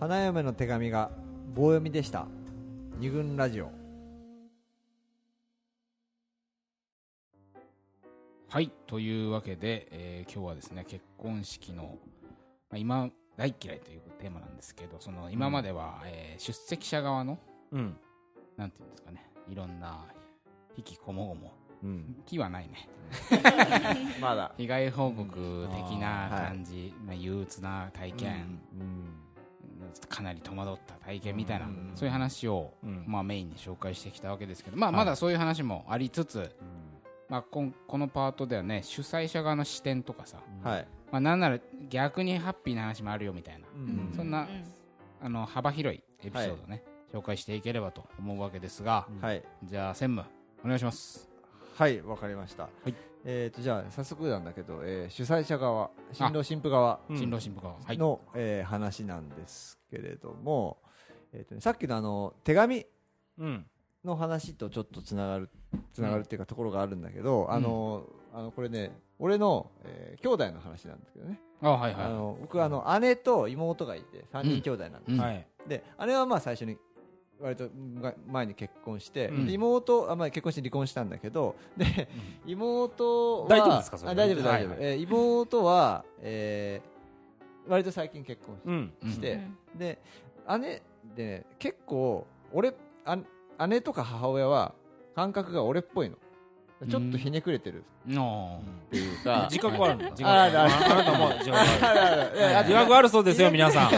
花嫁の手紙が棒読みでした二軍ラジオはいというわけで、えー今日はですね結婚式の、まあ、今大嫌いというテーマなんですけどその今までは、えー出席者側のうんなんていうんですかねいろんな引きこもごもうん気はないねまだ被害報告的な感じ、まあ、憂鬱な体験、うんかなり戸惑った体験みたいな、うんそういう話を、うんまあ、メインに紹介してきたわけですけど、まあ、まだそういう話もありつつ、まあ、こんこのパートではね主催者側の視点とかさ、はいまあ、なんなら逆にハッピーな話もあるよみたいな、うんそんな、あの幅広いエピソードね、紹介していければと思うわけですが、はいじゃあ専務お願いしますはいわかりました、いえー、とじゃあ早速なんだけど、えー主催者側新郎新婦側新郎新婦側はいの、えー話なんですけれどもえーとねさっきのあの手紙うんの話とちょっとつながるつながるっていうかところがあるんだけど、あのあのこれね俺の、えー兄弟の話なんですけどね、あはいはいあの僕あの姉と妹がいて3人兄弟なんです、うんはい。で姉はまあ最初に割とが前に結婚して、うんで妹あ、まあ、結婚して離婚したんだけどで、妹は大丈夫ですかそれあ大丈夫大丈夫、はいえー妹は、えー割と最近結婚しうん。うんして、で姉で、ね、結構俺あ姉とか母親は感覚が俺っぽいのちょっとひねくれてるのっていうか、自覚はあるんだ。自あらあらあなたも自覚あ あるあるいや る。自覚あるそうですよ、皆さん。ひ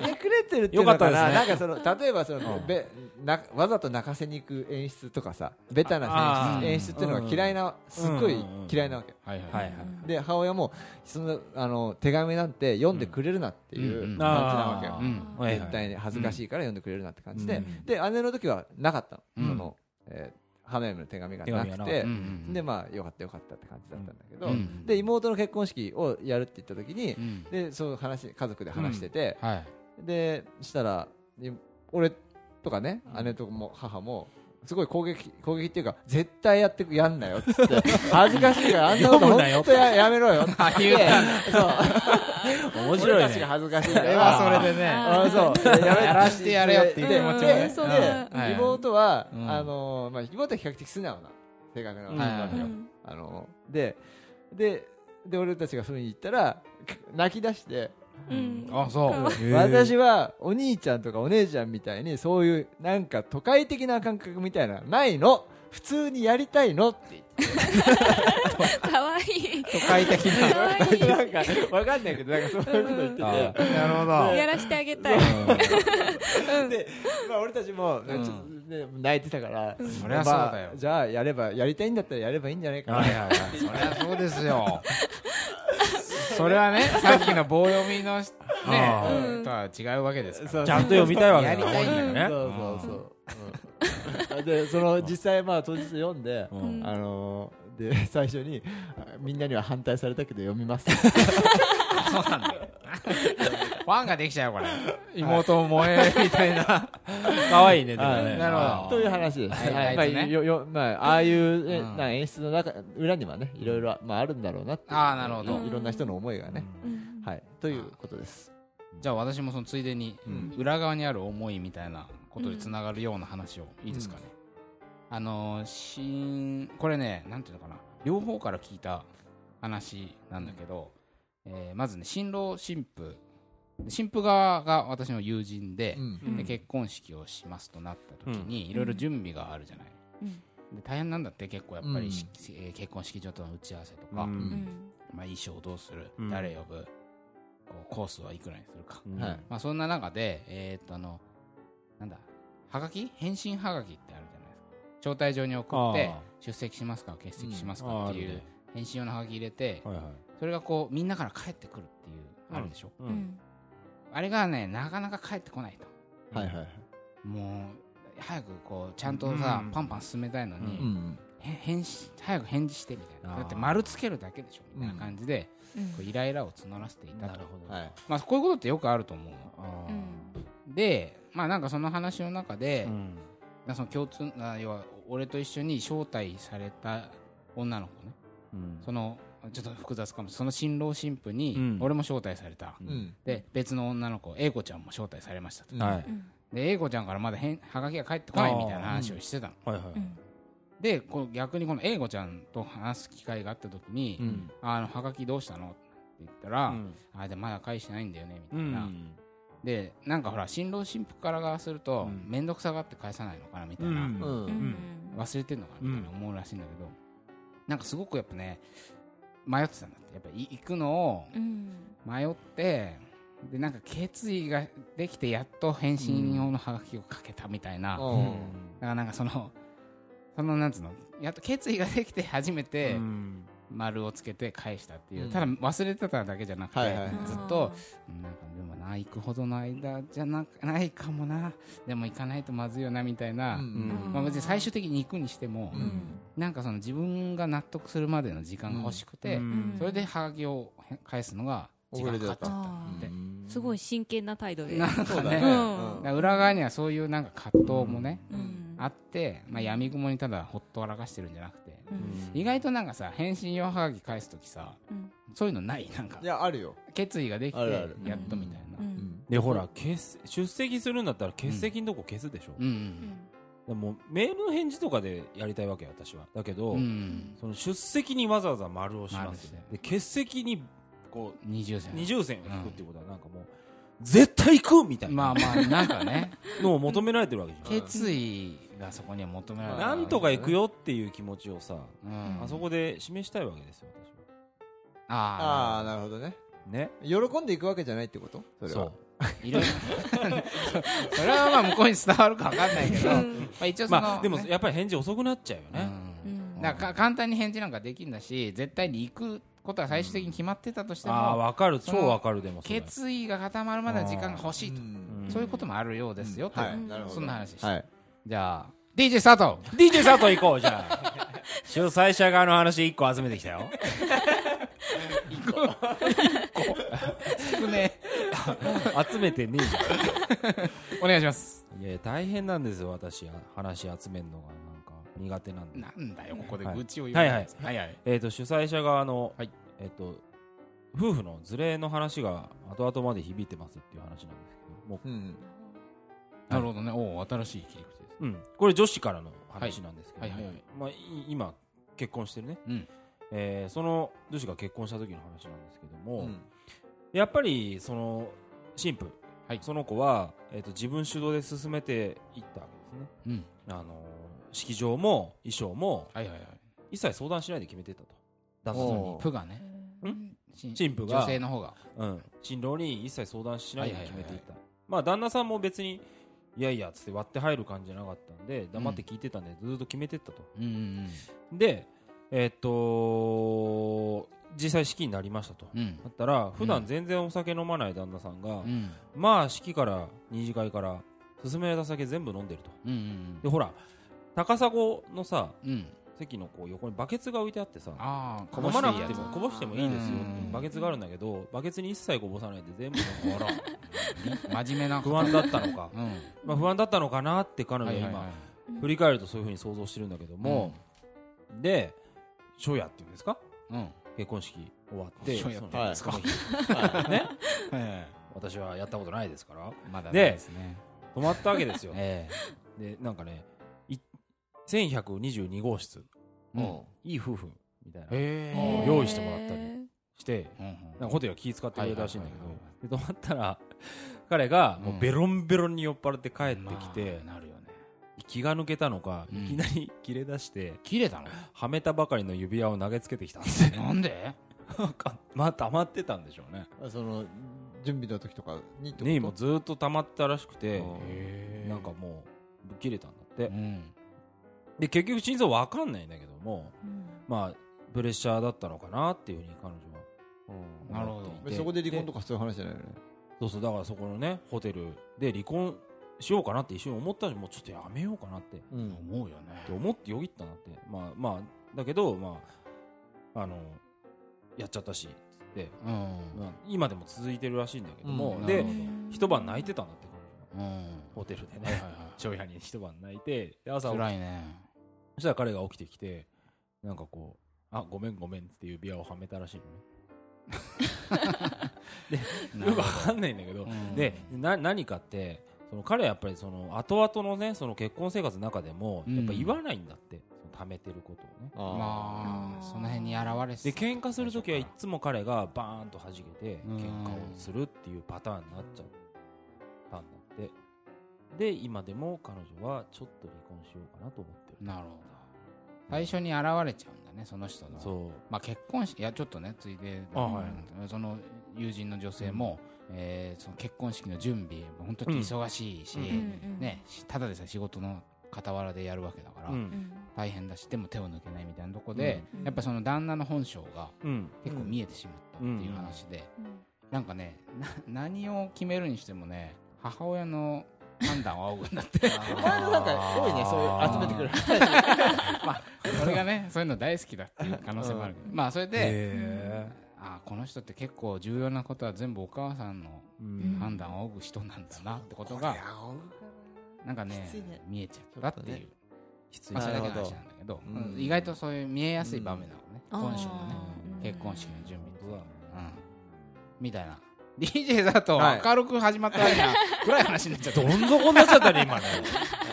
ねくれてるっていうのかよなかなっんかその例えばその、うんべなわざと泣かせに行く演出とかさベタあな演ー出演出っていうのが嫌いな、すっごい嫌いなわけ、はいはいははいいはい。で母親もそのあの手紙なんて読んでくれるなっていうう感じんうんなわけよ、あーうんはいは絶い対に恥ずかしいから読んでくれるなって感じで、うんで姉の時はなかったの,、うんそのえー花嫁の手紙がな手紙くがなてかう、んでまあよかったよかったって感じだったんだけど、うんで妹の結婚式をやるって言った時に、うんでその話家族で話してて、はいでしたらい俺とかね姉とも母もすごい攻撃攻撃っていうか絶対やってくやんなよっつ って恥ずかしいからあんなこと読むなよ本当ややめろよって言って俺たちが面白いね。恥ずかしいかそれはらそれでねあそうやらしてやれよっていう気持ちをねでそうでねはい妹は、うんあのまあ、妹は比較的素直な性格なわけなうのよ、あのででで俺たちがそういうに言ったら泣き出してうんあそう私はお兄ちゃんとかお姉ちゃんみたいにそういうなんか都会的な感覚みたいなのないの普通にやりたいのって言ってかわいい。都会的なかわいなんかわかんないけどなんかそういうこと言ってあてなるほい。やらしてあげたい。うんで、まあ、俺たちも、うんちょっとね泣いてたから、そりゃそうだよまあじゃあやればやりたいんだったらやればいいんじゃないかな、はいはい はいそりゃそうですよそれはねさっきの棒読みのねあーとは違うわけですからちゃんと読みたいわけだやりたいんだよねそうそうそう、うんでその実際まあ当日読んで、ううんんあのーで最初にあみんなには反対されたけど読みます そうなんだよ。ファンができちゃうよ、これ。妹を萌えみたいな。可愛いね、でもはね。いなるほという話です、はいはいまああいつねよよまあ、ああいう、ねうんなんか演出の中裏にはねいろいろ、まあ、あるんだろうなっていうあーなるほどいろんな人の思いがね、うんはいということですじゃあ私もそのついでに、うん裏側にある思いみたいなことにつながるような話を、いいですかね。あのー、新、これね、なんていうのかな。両方から聞いた話なんだけど、えーまずね、新郎新婦。新婦側が私の友人で、うんでうん結婚式をしますとなった時に、いろいろ準備があるじゃない。うんで大変なんだって結構やっぱり、うんしえー結婚式場との打ち合わせとうか、んうんまあ、衣装どうする、うん誰呼ぶこうコースはいくらにするか、うんはいまあ、そんな中でえーっとあのなんだはがき返信はがきってあるじゃないですか招待状に送ってあ出席しますか欠席しますうんあかーっていあるうね返信用のはがき入れてはいはい。それがこうみんなから帰ってくるっていうあるでしょ、う。うんんあれがねなかなか帰ってこないとはいはいはいもう早くこうちゃんとさ、うんパンパン進めたいのに、うんへ返信早く返事してみたいなあーだって丸つけるだけでしょみたいな感じで、うんこうイライラを募らせていたとはいまあ、こういうことってよくあると思うのあでまあなんかその話の中で、ーうんなんかその共通あ要は俺と一緒に招待された女の子ねうんそのちょっと複雑かもしれないその新郎新婦うにん俺も招待された、うんで別の女の子英子ちゃんも招待されましたと、うんはいで英子ちゃんからまだ返はがきが返ってこないみたいな話をしてたの、はいはいでこう逆にこの英子ちゃんと話す機会があった時に「うんあのはがきどうしたの?」って言ったら「あでまだ返してないんだよね」みうたいな、んでなんかほら新郎新婦からがするとうん面倒、くさがって返さないのかなみたういな、うんん忘れてんのかなみたいな思うらしいんだけど、なんかすごくやっぱね迷ってたんだってやっぱい行くのを迷ってでなんか決意ができてやっと返信用のハガキをかけたみたいな、だうんからなんかそのそのなんつうのやっと決意ができて初めてうん丸をつけて返したっていう、うんただ忘れてただけじゃなくて、はいはいずっとなんかでもな行くほどの間じゃなないかもなでも行かないとまずいよなみたいな、うんまあ、別に最終的に行くにしても、うんなんかその自分が納得するまでの時間が欲しくて、うんそれでハガキを返すのが時間かかっちゃったんで、すごい真剣な態度で。なんそかうだねねだかうんら裏側にはそういうなんか葛藤もね、うんあって、まあ、闇雲にただほっと笑かしてるんじゃなくて、うん意外となんかさ返信用ハガキ返す時さうんそういうのないなんかいやあるよ決意ができてあるあるやっとみたいな、ううんんでほら欠出席するんだったら欠席のとこ消すでしょうんでもメールの返事とかでやりたいわけよ私はだけど、うんうんその出席にわざわざ丸をします丸してで欠席にこう二重線二重線を引くっていうことはなんかもう、絶対行くみたいまあなまあなんかねのを求められてるわけじ ゃん、決意がそこには求められうんるなんとか行くよっていう気持ちをさ、うん、あそこで示したいわけですよ私はあああなるほどねね喜んでいくわけじゃないってことそれはあいろいろ それはまあ向こうに伝わるか分かんないけど、うまんあ、一応その、まあでもねやっぱり返事遅くなっちゃうよね、ううんんだからか簡単に返事なんかできんだし絶対に行くことは最終的に決まってたとしてああーも、わかるそ超のわかるでもそれ決意が固まるまでの時間が欲しいと、うんそういうこともあるようですよ、というはいなるほどそんな話でした、はいじゃあ DJ スタート DJ 佐藤行こうじゃあ 主催者側の話一個集めてきたよ少ね集めてねえじえ お願いしますゃんいやいや大変なんですよ私話集めるのがなんか苦手なんでなんだよここではい愚痴を言うのはいはいはいはいえっ、と主催者側の、えっ、と夫婦のズレの話が後々まで響いてますっていう話なんですけどもう、うんなるほどねおお新しい切り口ですうん、これ女子からの話なんですけども、はいはいはいまあ、い今結婚してるね、うんえーその女子が結婚した時の話なんですけどうも、んやっぱりその新婦、はいその子は、えっと自分主導で進めていったわけですねうんあのー式場も衣装もはいはいはい一切相談しないで決めてったと旦那さんにおプがね新新婦が女性の方がうん、新郎に一切相談しないではいは決いはいめていった、まあ旦那さんも別にいやいやっつって割って入る感じじゃなかったんで黙って聞いてたんでずっと決めてったと、うんうんでえーっと実際式になりましたと、うんうんだったら普段全然お酒飲まない旦那さんが、うんまあ式から二次会から勧められた酒全部飲んでるとうんうんでほら高砂のさうんうん席のこう横にバケツが置いてあってさああ飲まなくてこぼしていいやもつこぼしてもいいですようんバケツがあるんだけどバケツに一切こぼさないで全部飲むあ ら真面目な不安だったのかうんまあ不安だったのかなって彼は女いははい今は振り返るとそういうふうに想像してるんだけどいも、で初夜っていうんですかうんうん結婚式終わって初夜って言うんですかその日ね私はやったことないですからまだでないですね泊まったわ けですよえでなんかねい1122号室えうんいい夫婦みたいなえ用意してもらったりしてえなんかホテルは気使ってくれたらしいんだはいはいはいけどで泊まったら 彼がもううんベロンベロンに酔っ払って帰ってきて、まあなるよね気が抜けたのか、うんいきなり切れ出して切れたのはめたばかりの指輪を投げつけてきたん ですねなんで まあ溜まってたんでしょうねあその準備の時とかにってことねもうずーっと溜まってたらしくてえなんかもうぶっ切れたんだって、うんで結局心臓わかんないんだけどもまあプレッシャーだったのかなっていうふうに彼女なはる思ほっていてどえそこで離婚とかそういう話じゃないよねそうそうだからそこのねホテルで離婚しようかなって一瞬思ったしもうちょっとやめようかなってうん思うよってね思ってよぎったなってまあまあだけどまああのやっちゃったしっつって、うんまあ今でも続いてるらしいんだけども、うんなるでほど一晩泣いてたんだって彼女はうんホテルではいは いねは昼夜に一晩泣いてで朝い起き 辛いねそしたら彼が起きてきてなんかこうあごめんごめんっていうビアをはめたらしいのねなよるくほわかんないんだけど、うんでな何かってその彼はやっぱりその後々のねその結婚生活の中でもうんやっぱ言わないんだって、その貯めてることをねどまあその辺に現れてで喧嘩する時はいつも彼がバーンと弾けてうん喧嘩をするっていうパターンになっちゃったんだってで今でも彼女はちょっと離婚しようかなと思ってるなるほど最初に現れちゃうんだねその人のそうまあ、結婚式いやちょっとねついであはいうんその友人の女性も、えーその結婚式の準備本当に忙しいし、うんうんね、しただでさえ仕事の傍らでやるわけだから、うん大変だしでも手を抜けないみたいなとこで、うんやっぱその旦那の本性がうん結構見えてしまったっていう話で、なんかねな何を決めるにしてもね母親の判断を仰ぐんだって お前もなんか多いねそういう集めてくるそれがねそういうの大好きだっていう可能性もあるけど、まあそれで、へあーこの人って結構重要なことは全部お母さんのーん判断を仰ぐ人なんだなってことがなんかねきついね見えちゃったっていう、必まあ、それだけのなるほ話どなんだけど、うんうん意外とそういう見えやすい場面だもんね、うん本性がねあー結婚式の準備と本当だか、うん、みたいな DJ だと明るく始まった割に は暗い話になっちゃった、どん底になっちゃったね今ね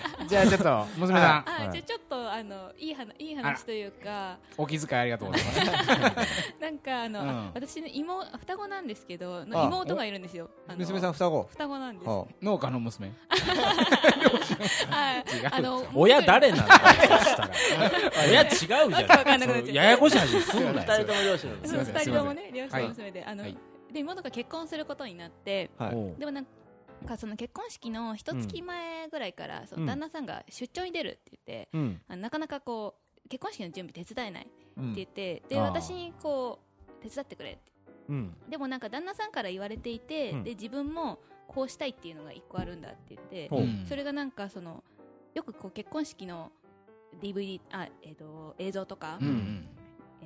じゃあちょっと娘さんはあいじゃあちょっとあのいい話いいあら話というかお気遣いありがとうございます なんかあの、うんあ私の妹双子なんですけどあの妹がいるんですよあの娘さん双子双子なんですは農家の娘違はいあうの親誰なんだよそ したら親違うじゃんわけわかんなくなっちゃったそのややこしい話すんなあ二よ人とも両親なのそうすい二ません人ともね両親の娘で、あの、はいで妹が結婚することになってはいおうでもなんかその結婚式の一月前ぐらいから、その旦那さんが出張に出るって言って、うんあのなかなかこう結婚式の準備手伝えないってうん言って、であー私にこう手伝ってくれってうんでもなんか旦那さんから言われていて、うんで自分もこうしたいっていうのが一個あるんだって言って、ほうそれがなんかそのよくこう結婚式の DVD あ、えー、と映像とか、うんうんえ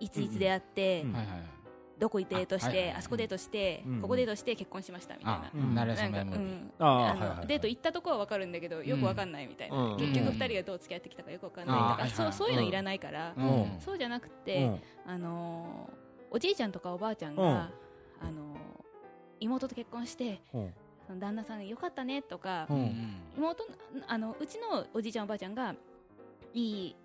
ーいついつであって、うんうんはいはいはいどこにデートしてああ,、はいはいそこデートして、うんここデートして結婚しましたみたいなあ、。いななれなそんめか、ムーうビーん、あああはいはいはのいデート行ったとこは分かるんだけどよく分かんないみたいな、うん結局うん2人がどう付き合ってきたかよく分かんないとか、あーそはいうはいそういうのいらないから、うんうんそうじゃなくて、あのーおじいちゃんとかおばあちゃんが、うんあのー妹と結婚してうんうんその旦那さんよかったねとか、ううんん妹のあのうちのおじいちゃんおばあちゃんがいい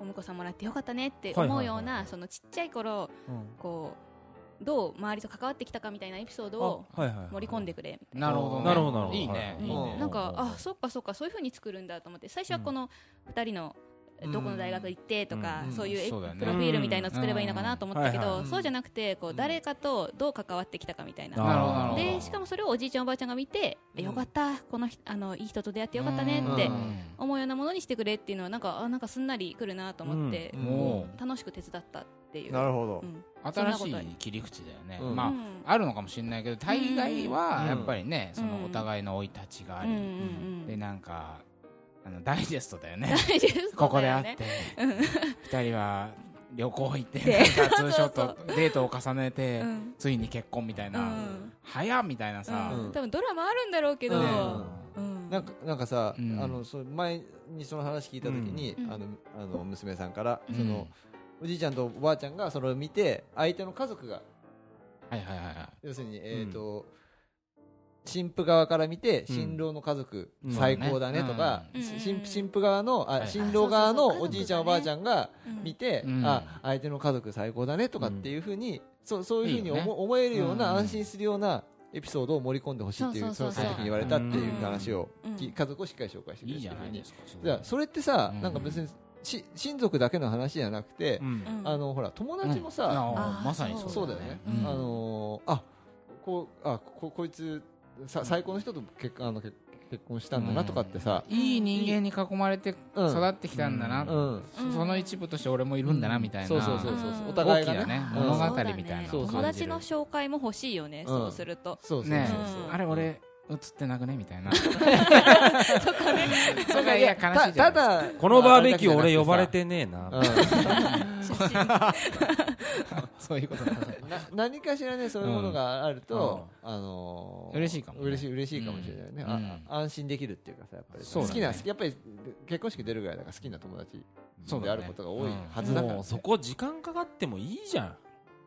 お婿さんもらってよかったねって思うようはいはいはいはないそのちっちゃい頃うんこうどう周りと関わってきたかみたいなエピソードをあはいはいはい盛り込んでくれみたいなるほどねなるほどなるほどいいねはいいいねうなんかあそっかそっかそういうふうに作るんだと思って最初はこの2人のうんどこの大学行ってとか、うんそういうエピそうだよねプロフィールみたいの作ればいいのかなと思ったけうんはいど、はいそうじゃなくてこう誰かとどう関わってきたかみたいな。なるほどなるほどでしかもそれをおじいちゃんおばあちゃんが見て、うんよかったこの人あのいい人と出会ってよかったねってうん思うようなものにしてくれっていうのはなんかあなんかすんなりくるなと思って、うんも楽しく手伝ったっていうなるほどうんう新しい切り口だよね、うんまあ、うんあるのかもしれないけど大概はうんやっぱりね、うんそのお互いの生い立ちがあうんり、うんうんでなんかあのダイジェストだよ ね 大事ですここであ会って二人は旅行行ってでなんかツーショッそうトデートを重ねて、うんついに結婚みたいな、うん早っみたいなさ、ううんん、多分ドラマあるんだろうけど、ううんんなんかなんかさ、うんあのそう前にその話聞いた時に、うんあのあの娘さんから、うんそのおじいちゃんとおばあちゃんがそれを見て相手の家族がはいはいはいはい要するに、えーと新婦側から見てうん新郎の家族、うん最高だねとか、うんしう新ん新婦側のはいあはい新郎側のそうそうそうおじいちゃん、おばあちゃんがうん見て、うんあ相手の家族最高だねとかっていうふうに、そうそういうふうに思いいよ思えるような、うん安心するようなエピソードを盛り込んでほしいっていうそそうのそうそう時に言われたっていう話を、うんき家族をしっかり紹介してくれるっていいじいゃうふなういにですかじゃあそれってさ、うんなんか別にし親族だけの話じゃなくて、うんうんあのほら友達もさ、うんあーまさにそそううだよね、うんあのーあこうあここいつさ最高の人と結あの結結婚したんだなとかってさ、いい人間に囲まれてうん育ってきたんだな、うんうんその一部として俺もいるんだなみたいな、そうそうそうそう、うんお互いが大きなねねうん物語みたいなそうそう友達の紹介も欲しいよね、うんそうするとそうそうそうねうんあれ俺映ってなくねみたいなそこねそれがいや悲しいじゃないたですたかだこのバーベキュー俺呼ばれてねえなうん写真そういうことなんだねな何かしらねそういうものがあると、あのー嬉しいかもね嬉しい嬉しいかもしれないね、うんあうんあ安心できるっていうかさやっぱりさ、そう好だきねな好きやっぱり結婚式出るぐらいだから好きな友達そうだねであることが多いはずだから、もうそこ時間かかってもいいじゃう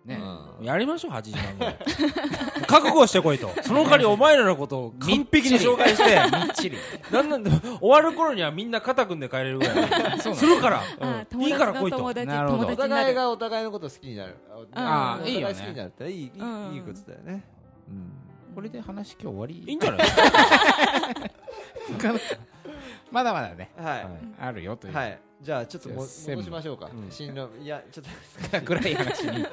ねんんやりましょう8時間ぐらい 覚悟してこいとその代わりお前らのことを完璧に紹介してみっちりなんなんで終わる頃にはみんな肩組んで帰れるぐらいそうなするからあうーんいい友から達来のいと友達なるほど友お達にな互いるがお互いのこと好きになるあーおい互いよね好きになるっていいいい,、うんいいことだよね、うんこれで話今日終わりいいんじゃないですかまだまだねはい、はあるよという、はい、じゃあちょっともじゃあ戻しましょうか、うん新郎いやちょっと 暗い話に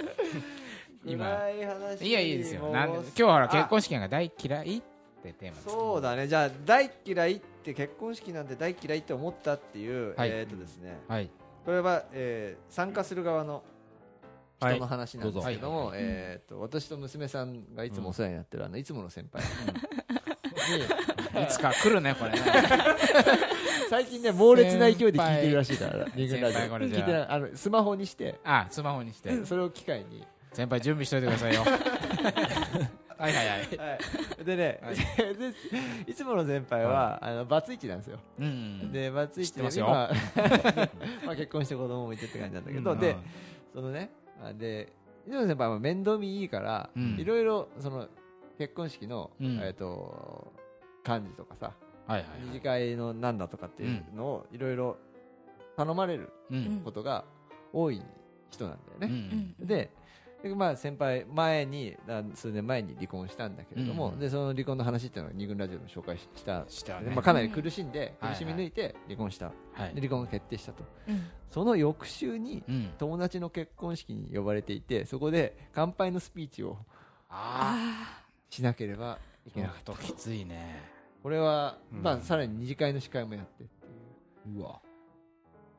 今暗い話いやいいですよもうなんで今日はほらあ結婚式なんか大嫌いってテーマですそうだねじゃあ大嫌いって結婚式なんて大嫌いって思ったっていう、はいえっ、とですねはいこれは、えー参加する側のはい人の話なんですけども、はえー、と私と娘さんがいつもお世話になってるあのいつもの先輩にいつか来るねこれね最近ね猛烈な勢いで聞いてるらしいから人間ラジ先輩これオじ聞ゃあいてないあのスマホにしてあスマホにしてそれを機会に、先輩準備しといてくださいよはいはいはいはい、 でね、はいでいつもの先輩は、あのバツイチなんですようんでバツイチで知ってますよ今まあ結婚して子供もいてって感じなんだけど、うんでそのねあで猪野先輩は面倒見いいからうんいろいろその結婚式の、うんえっ、と幹事とかさはいはい二次会のなんだとかっていうのをいろいろ頼まれるうんことが多い人なんだうよね、んででまあ先輩前にあ数年前に離婚したんだけれども、うんでその離婚の話っていうのを二軍ラジオでも紹介しした、したでねまあ、かなり苦しんで、うん苦しみ抜いて離婚した、はでい離婚が決定したとうんその翌週にうん友達の結婚式に呼ばれていてそこで乾杯のスピーチをああしなければいあけやなっかったときついねこれは、うんまあ、さらに二次会の司会もやってっていううわ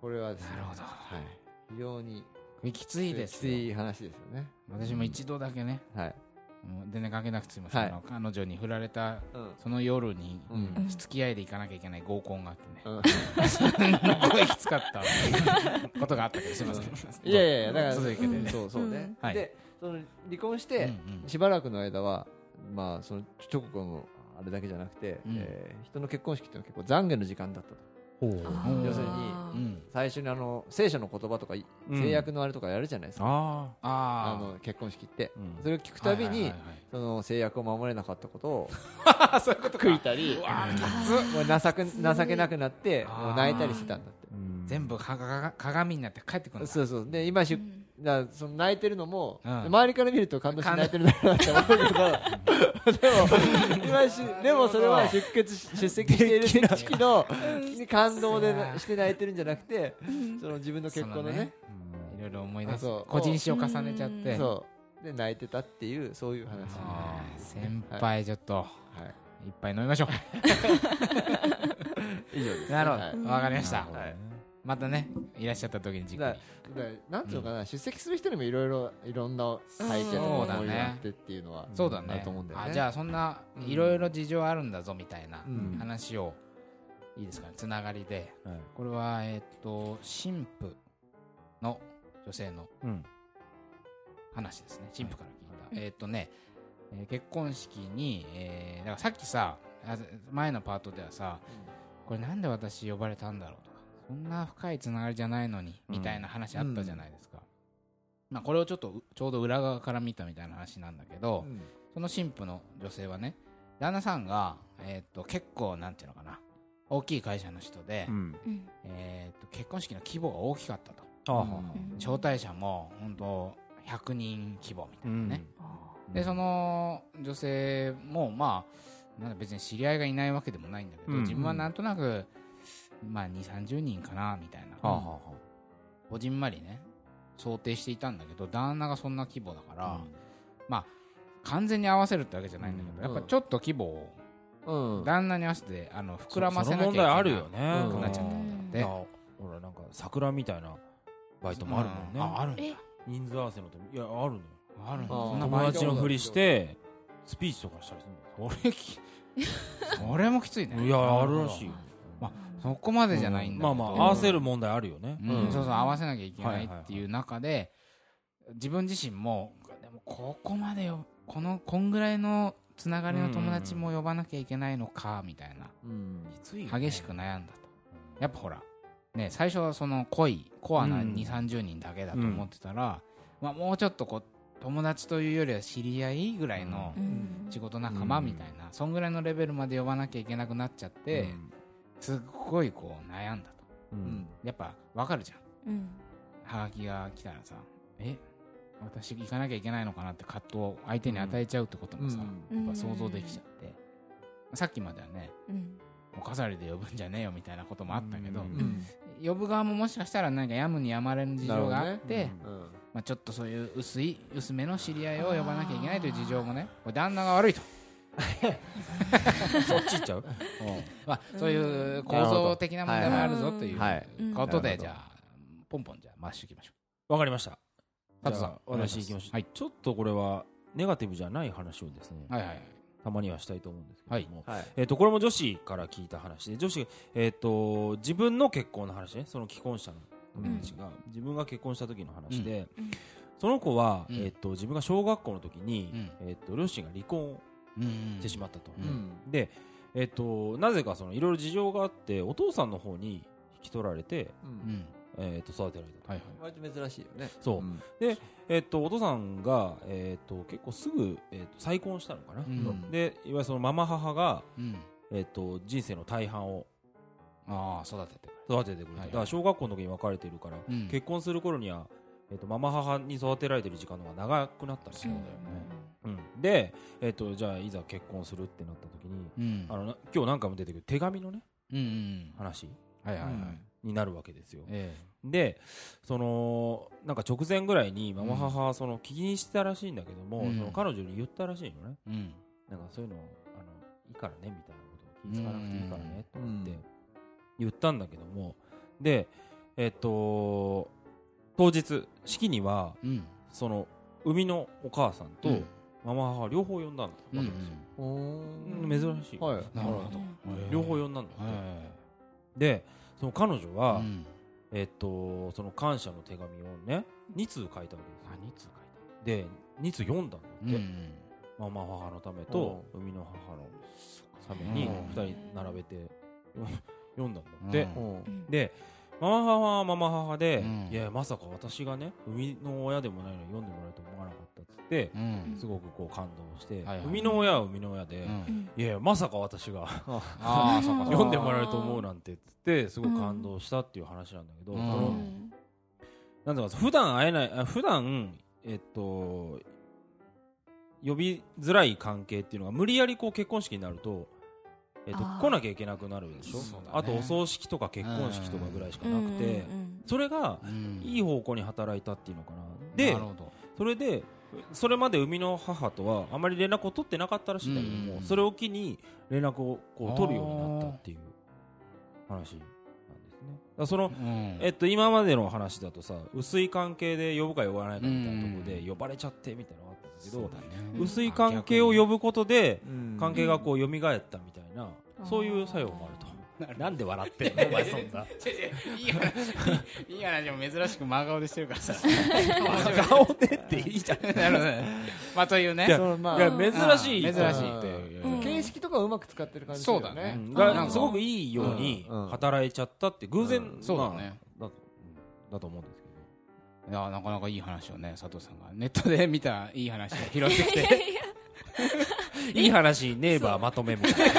これはですねなるほどはい、非常にこれきついですきつよい話ですよね私も一度だけねはい、もう全然関係なくすいません、はいあの彼女に振られたうんその夜に、うんうん付き合いで行かなきゃいけない合コンがあってねうん、 すごいきつかった ことがあったけどすいませんいやいやいやだから続けてねそうそうね、うんでその離婚しうんうて、んしばらくの間はまあその直後のあれだけじゃなくて、うんえー人の結婚式っていうのは結構懺悔の時間だったとーうあんー要するにうん最初にあの聖書の言葉とかいう ん制約のあれとかやるじゃないですか、あああの結婚式ってあ、うんそれを聞くたびに、はいはいはいその制約を守れなかったこと をはいそういうことか悔いたりわーきあつっもう情け情けなくなってあーもう泣いたりしてたんだってうん全部はがが鏡になって帰ってくるんだそうそうで今う出んだからその泣いてるのも、うん周りから見ると感動して泣いてるだろうなって思う けどでも今しでも それは出血し出席している式のに感動でなして泣いてるんじゃなくてその自分の結婚のねいろいろ思い出あすそう個人史を重ねちゃっそうてで泣いてたっていうそういう話、はあー先輩ちょっとい、いっぱい飲みましょ以上ですうなるはいほどわかりましなるたほどねまたねいらっしゃった時にじっくだりだなんていうのかな、出席する人にもいろいろいろんな背景とかそう思だねいがあってっていうのはそうだねあると思うんだよねあじゃあそんないろいろ事情あるんだぞみたいなうん話をいいですかねつながりではいこれはえっと新婦の女性のうん話ですね新婦から聞いたえっとねえー結婚式にえーだからさっきさあ前のパートではさこれなんで私呼ばれたんだろうとかそんな深いつながりじゃないのにみたいな話あったじゃないですかまあこれをちょっとうちょうど裏側から見たみたいな話なんだけど、うんその新婦の女性はね、旦那さんが、えーっと、結構、なんていうのかな、大きい会社の人で、うんうんえーっと、結婚式の規模が大きかったと。ああうん招待者も、本当100人規模みたういなね。んで、その女性も、まあ、なんか別に知り合いがいないわけでもないんだけど、うん自分はなんとなく、まあ、2、30人かな、みたいな。はあはあはあこじんまりね、想定していたんだけど、旦那がそんな規模だから、完全に合わせるってわけじゃないんだけど、うんやっぱちょっと規模をうん旦那に合わせてあの膨そらませなきゃいけその問題ないあるよねうんくなっちゃったうんんだいっやてほらなんか桜みたいなバイトもあるもんねうああるんだえ人数合わせのといやあるのよあるんだあーそんなあバ友イ毎回ト達のふりしてスピーチとかしたりするの俺きそれもきついねいやあるらしいよそこまでじゃないんだけまどあまあうん合わせる問題あるよねうんうんそうそう合わせなきゃいけないはいはいはいっていう中で自分自身もでもここまでよこのこんぐらいのつながりの友達も呼ばなきゃいけないのかみたいなうんきついよね激しく悩んだとやっぱほらね最初はその濃いコアなうん2 3 0人だけだと思ってたら、まあ、もうちょっとこう友達というよりは知り合いぐらいのうん仕事仲間みたいな、そんぐらいのレベルまで呼ばなきゃいけなくなっちゃって、すっごいこう悩んだとうんやっぱわかるじゃんうんはがきが来たらさえ私行かなきゃいけないのかなって葛藤を相手に与えちゃうってこともさ、うんやっぱ想像できちゃって、さっきまではねうんお飾りで呼ぶんじゃねえよみたいなこともあったけど、うんうん呼ぶ側ももしかしたらなんかやむにやまれる事情があって、なるほどねうんまあ、ちょっとそういう薄い薄めの知り合いを呼ばなきゃいけないという事情もねこれ旦那が悪いと、そっち行っ ちゃうまあ、そういう構造的な問題もあるぞというなるほどはいことはでいじゃあポンポンじゃあ回していきましょわかりましたう佐藤さんお願私行きましすょうちょっとこれはネガティブじゃない話をですねはいはいはいたまにはしたいと思うんですけども、はいえっとこれも女子から聞いた話で女子、えっと自分の結婚の話ねその既婚者の友達が、自分が結婚した時の話で、うんその子は、うんえっと自分が小学校の時に、うえっと両親が離婚うんしてしまったと、ううんんで、えっとなぜかそのいろいろ事情があってお父さんの方に引き取られて、ううんんえっと育てられたとはいはい割と珍しいよねそう、うんえっとお父さんが、えっと結構すぐ、えっと再婚したのかな、うんでいわゆるそのママ母が、うんえっと人生の大半をああ育ててく育ててくれた、はいだから小学校の時に別れてるから、れる結婚する頃には、えっとママ母に育てられてる時間の方が長くなったりすうるんんだよね、うんで、えっとじゃあいざ結婚するってなった時にうんあのな今日何回も出てくる手紙のねうんうん話はいはいはいになるわけですよ、えでそのなんか直前ぐらいにママ母はその気にしてたらしいんだけども、うんその彼女に言ったらしいのねえうんなんかそういうのあのいいからねみたいなことを気に使わなくていいからねと思ってうん言ったんだけどもでえっと当日式にはうんその生みのお母さんとうんママ母両方呼んだんだわけうでんすよ、うんうん珍しい、はいなるほど両方呼んだんだって、はいでその彼女は、うんえっとその感謝の手紙をね2通書いたわけですよあ二通書いで2通読んだんだたって、うんママ母のためと生みの母のためにうん2人並べて 読んだんだって、うんうんでママ母はママ母で、うんいやまさか私がね生みの親でもないのに読んでもらえると思わなかったっつってう、んすごくこう感動して、はいはい生みの親は生みの親で、うんうんいやまさか私がああそうかそうか 読んでもらえると思うなんてっつってすごく感動したっていう話なんだけど、うんこうのんなんだか普段会えないあ普段えっと呼びづらい関係っていうのが無理やりこう結婚式になると、えっと、あー来なきゃいけなくなるでしょ、そうだねあとお葬式とか結婚式とかぐらいしかなくて、うんそれがうんいい方向に働いたっていうのかななでるほどそれでそれまで生みの母とはあまり連絡を取ってなかったらしいんだけども、うんそれを機に連絡をこう取るようになったっていう話なんですねだからその、うんえっと、今までの話だとさ薄い関係で呼ぶか呼ばないかみたいなところで呼ばれちゃってみたいなのがあったんだけそうどだねうん薄い関係を呼ぶことでうん関係がこう蘇ったみたいな、うんそういう作用もあると。なんで笑ってんのお前そんな。いい話、 いい話も珍しく真顔でしてるからさ。真顔でっていいじゃん。 なるほどね。まあというね。いやそのまいやあ珍しい珍しいってうんいう。形式とかをうまく使ってる感じだそようだね。がなんかすごくいいようにうんうん働いちゃったって偶然、うんそうだね。まあだだと思うんですけどいや、なかなかいい話をね、佐藤さんがネットで見たいい話を拾ってきいやて、いやいい話ネイバーまとめみたい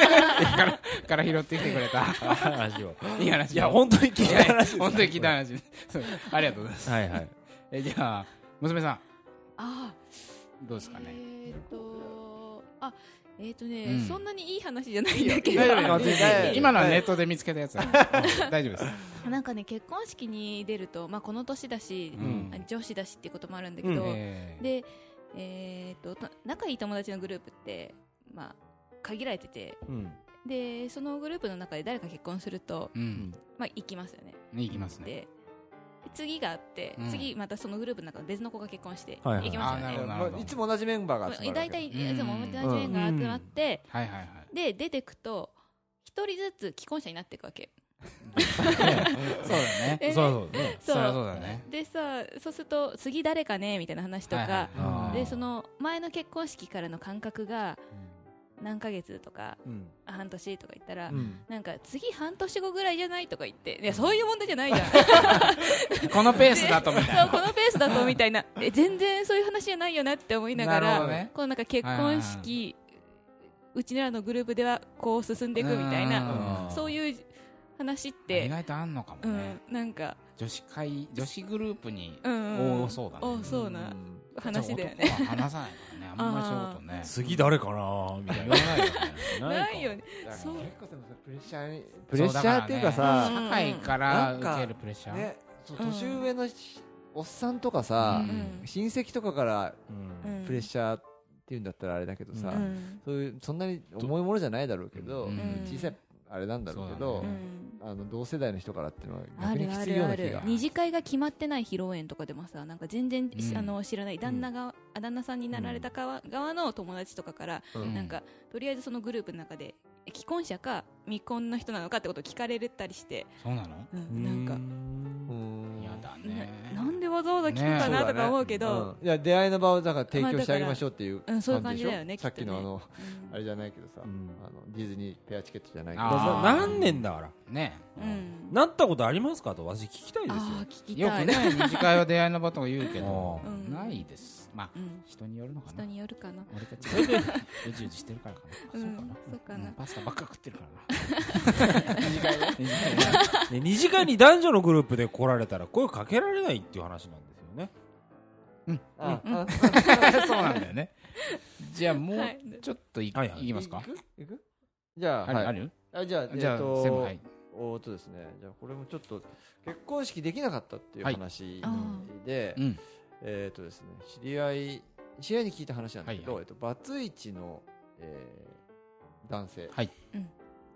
から拾ってきてくれた。な話をいい話。 いや本当に聞いた話本当に聞いた話です。そうありがとうございます。はいはいえじゃあ、娘さ あん、どうですかね。えーっとあえーっとうんねそんなにいい話じゃないんだけど大丈夫いでいすね今のはネットで見つけたやつだから大丈夫です。なんかね結婚式に出るとまあこの年だしうんあ女子だしっていうこともあるんだけうんどえーで、えー、とた仲いい友達のグループって、まあ、限られててうんでそのグループの中で誰か結婚すると、うん、まあ、行きますよね行きますね。で次があって、うん次またそのグループの中の別の子が結婚して、はいはい行きあまーすなるよほどねなるまほど。あいつも同じメンバーが集まるわけ大体いつも同じメンバーが集まって、 はいはいはい。で出てくと一人ずつ既婚者になっていくわけそうだねえ。ねそうそうね。そそうりゃそうだね。でさそうすると次誰かねみたいな話とか、はいはいあーでその前の結婚式からの間隔が何ヶ月とかうんあ半年とか言ったら、うんなんか次半年後ぐらいじゃないとか言っていやそういう問題じゃないじ ゃんこのペースだとみたいそうな。このペースだとみたいなえ全然そういう話じゃないよなって思いながなるらほどねこうなんか結婚式、うちらのグループではこう進んでいくみたいなうんそういう話っ意て、外とあんのかうもねん。、なんか、女子会女子グループにうんうん多そうだね多そうな話だよね。じゃ あ男は話さないからね。あんまりそういうことね。次誰かなみたい言なわないよね。ないよね。結そう構でもプレッシャーにプレッシャーっていうかさうん社会からなん受かけるプレッシャー。ねそううん年上のしおっさんとかさう、ん親戚とかからうんうんプレッシャーっていうんだったらあれだけどさ、うんうんそういうそんなに重いものじゃないだろうけど、うん小さいあれなんだろうけどそうだねあの同世代の人からっていうのはあ逆にるきあついよるうあな気るが二次会が決まってない披露宴とかでもさなんか全然、しうんあの知らない旦那が、あ旦那さんになられた側,、側の友達とかから、うんなんかとりあえずそのグループの中でえ既婚者か未婚の人なのかってことを聞かれたりして、そうなの？うんなんか、うんやだね。ななんでわざわざ聞くかなとか思うけど、うんいや出会いの場をだから提供してあげましょうっていううん、そういう感感じじでしだょ、よねさっきのあの、きっとねうんあれじゃないけどさ、うんあのディズニーペアチケットじゃないけどだからあー何年だからね。うんなったことありますかと私聞きたいですよああ聞きよたくい、ね二次会は出会いの場とか言うけどうんないです。まあうん、人によるのか人な。によるかな俺たちがうじうじしてるからかうな。んそうかな。そうかなんパスタばっか食ってるからな。短いね。で二次会に男女のグループで来られたら声かけられないっていう話なんですよねあああ そうなんだよね。じゃあもうはいちょっとい,、はいはいい、きますか。行く行くじゃあある、はいあるあじゃあじゃあ、えっと専務はい。おーっとですねじゃあこれもちょっと結婚式できなかったっていうはい話あで、うん。えっ、とですね知り合い知り合いに聞いた話なんだけど、はいはえっと、バツイチの、えー男性はい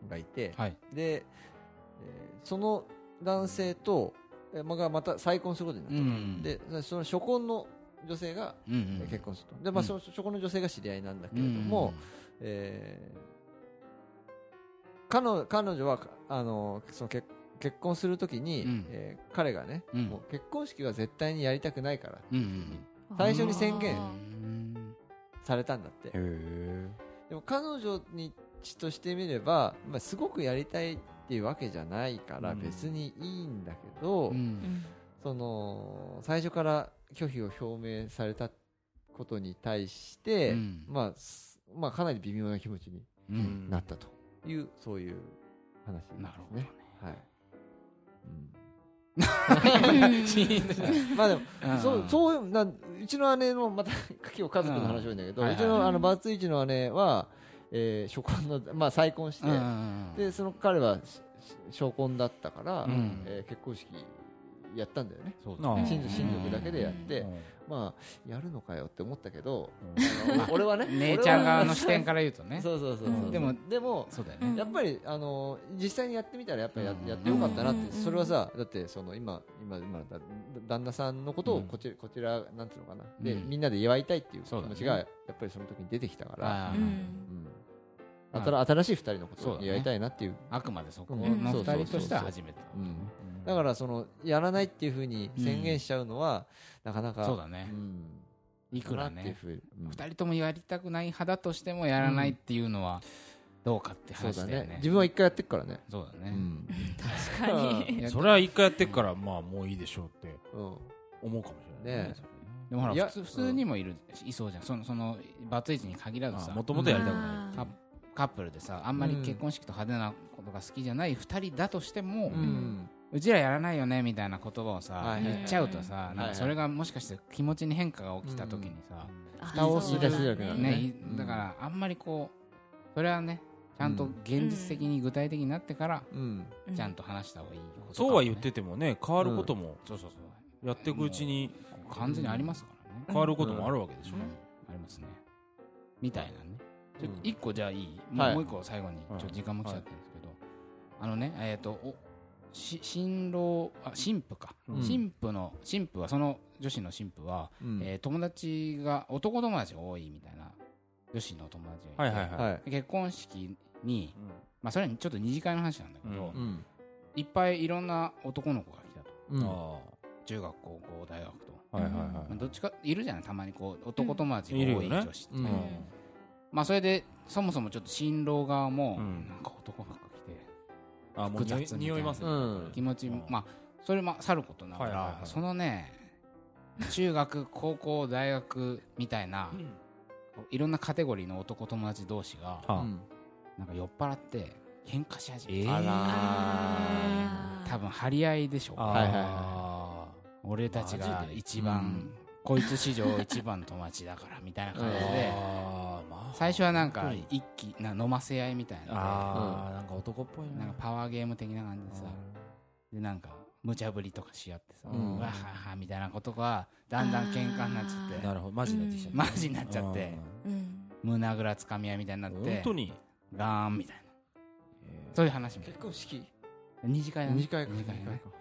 がいて、はい。で、えーその男性と、えーまあ、また再婚することになうった、ん。でその初婚の女性がうんうん、結婚すると、でまあ、その初婚の女性が知り合いなんだけうれどんも、えー彼女彼女はかあのその結結婚するときに、うんえー彼がね、うんもう結婚式は絶対にやりたくないからうんうん最初に宣言あうーん。されたんだってへでも彼女にちとしてみれば、まあ、すごくやりたいっていうわけじゃないからうん別にいいんだけど、うん。その最初から拒否を表明されたことに対して、うんまあ、すまあかなり微妙な気持ちにうえん。なったという、そういう話ですね。なるほどねはい。う まあでも、んそう、そういう、なん、うちの姉の、また、今日家族の話なんだけど、うんはういちはいの、あの、バツイチの姉は、えー、初婚の、まあ、再婚してうんう、ん。で、その彼は、しし初婚だったからうん、えー結婚式やったんだよね。そうあー親族、親族だけでやっえて、まあ、やるのかよって思ったけど、うん まあ俺はね、姉ちゃん側の視点かから言うとね。 そうそうそうそう。でも、でも、そうだようねん。やっぱり、あの実際にやってみたらやっぱりや,、うんやってよかったなって、うんそれはさだってその今今今だ旦那さんのことうをんこち,、こちらなんていうのかなで、うんみんなで祝いたいっていう気そうだね持ちがやっぱりその時に出てきたから、あうーうんんまあ新新しい二人のこそとうだをね祝いたいなっていうあくまでそこうんのそ二うそう人そうとしては初めて。うんだからそのやらないっていうふうに宣言しちゃうのは、なかなかそうだねうんいくらかなっていうね、ふうにうん二人ともやりたくない派だとしてもやらないっていうのはどうかってそう話だだよねね。自分は一回やってっからね、そうだうね。ん確かにいやそれは一回やってっからまあもういいでしょうってうん思うかもしれないねでもほいらや普通普通にもいるいそうじゃんそのそのバツイチに限らずさもともとやりたくないあカッカップルでさあんまり結婚式と派手なことが好きじゃない2人だとしても、ううんうんちらやらないよねみたいな言葉をさ、はい言っちゃうとさ、いなんかそれがもしかして気持ちに変化が起きた時にさ、ー蓋をするそうだうんねねいだからあんまりこうそれはねちゃんと現実的に具体的になってから、うんうんちゃんと話した方がいいことかもねそうは言っててもね変わることもそうそうそうやっていくうちに完全にありますからね、変わることもあるわけでしょうんありますねみたいなねちょうん一個じゃあいい、もうはいもう一個最後にはいちょっと時間も来ちゃってるんですけど、あのねえっ、とおし新郎あ新婦か、うん新婦の新婦はその女子の新婦は、うんえー友達が男友達が多いみたいな女子の友達がいて、はいはいはいはい結婚式に、うんまあ、それはちょっと二次会の話なんだけど、うんうんいっぱいいろんな男の子が来たとうんあ中学高校大学と、あはいはいはまあどっちかいるじゃないたまにこう男友達うんいるがよ多いね女子って、うんまあそれでそもそもちょっと新郎側も、うんなんか男ばっか来ていあもう複雑みたいな匂いますねうん気持ちも、うんまあそれもさることながら、はいはいはいそのね中学高校大学みたいなうんいろんなカテゴリーの男友達同士がはあうんなんか酔っ払って喧嘩し始めえーた、ああー多分張り合いでしょうあはいはい俺たちマがジで一うん番こいつ史上一番の友達だからみたいな感じで あーまあ最初はなんか本当に一気な飲ませ合いみたいなああなんか男っぽいなんかパワーゲーム的な感じでさでなんか無茶ぶりとかし合ってさ、うんうわははみたいなことがだんだん喧嘩になっちゃってなるほどマジになってきちゃったマジになっちゃってうん胸ぐらつかみ合いみたいになあっーて本当にガーンみたいなそういう話も結婚式二次会だね二次会か二次会ね二次会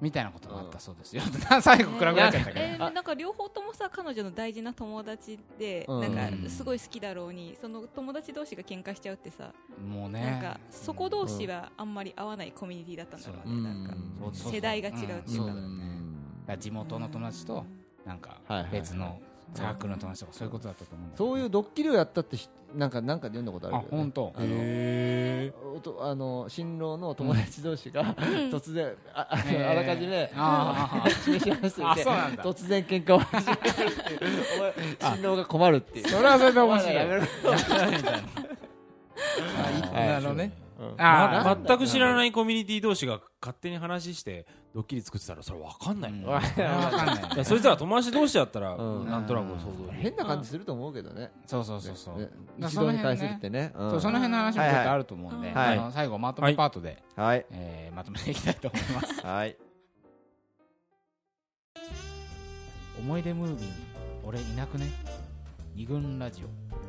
みたいなことがあったそうですよ 最後暗くなっちゃったけどえーなんか両方ともさ彼女の大事な友達で、うんなんかすごい好きだろうにその友達同士が喧嘩しちゃうってさ、もうねなんかそこ同士はあんまり合わないコミュニティだったんだろうね、うんなんかそうそうそう世代が違うっていうかんそうだようねんだから地元の友達となんかはいはいはい別のサークルの友達とかそういうことだったと思うんだけどそういうドッキリをやったってひなんかなんかで読んだことああるけどね本当あのへおとあの新郎の友達同士が突然ああへー のあらかじめあ ー示し合わせてあそうなんだ突然喧嘩を始めるっていう お前新郎が困るっていうそれはそれで面白お前らやめいろなるほどねうんあま全く知らないコミュニティ同士が勝手に話してドッキリ作ってたらそれ分かんないもんわかんないいやそいつら友達同士だったらうんなんとなく想像できる変な感じすると思うけどねそうそうそうそうねら一その堂に辺ね会するってねうんそうその辺の話もちょっとあると思うんで、うんはいあの最後まとめパートで、はいえーまとめていきたいと思います はい思い出ムービーに俺いなくね二軍ラジオ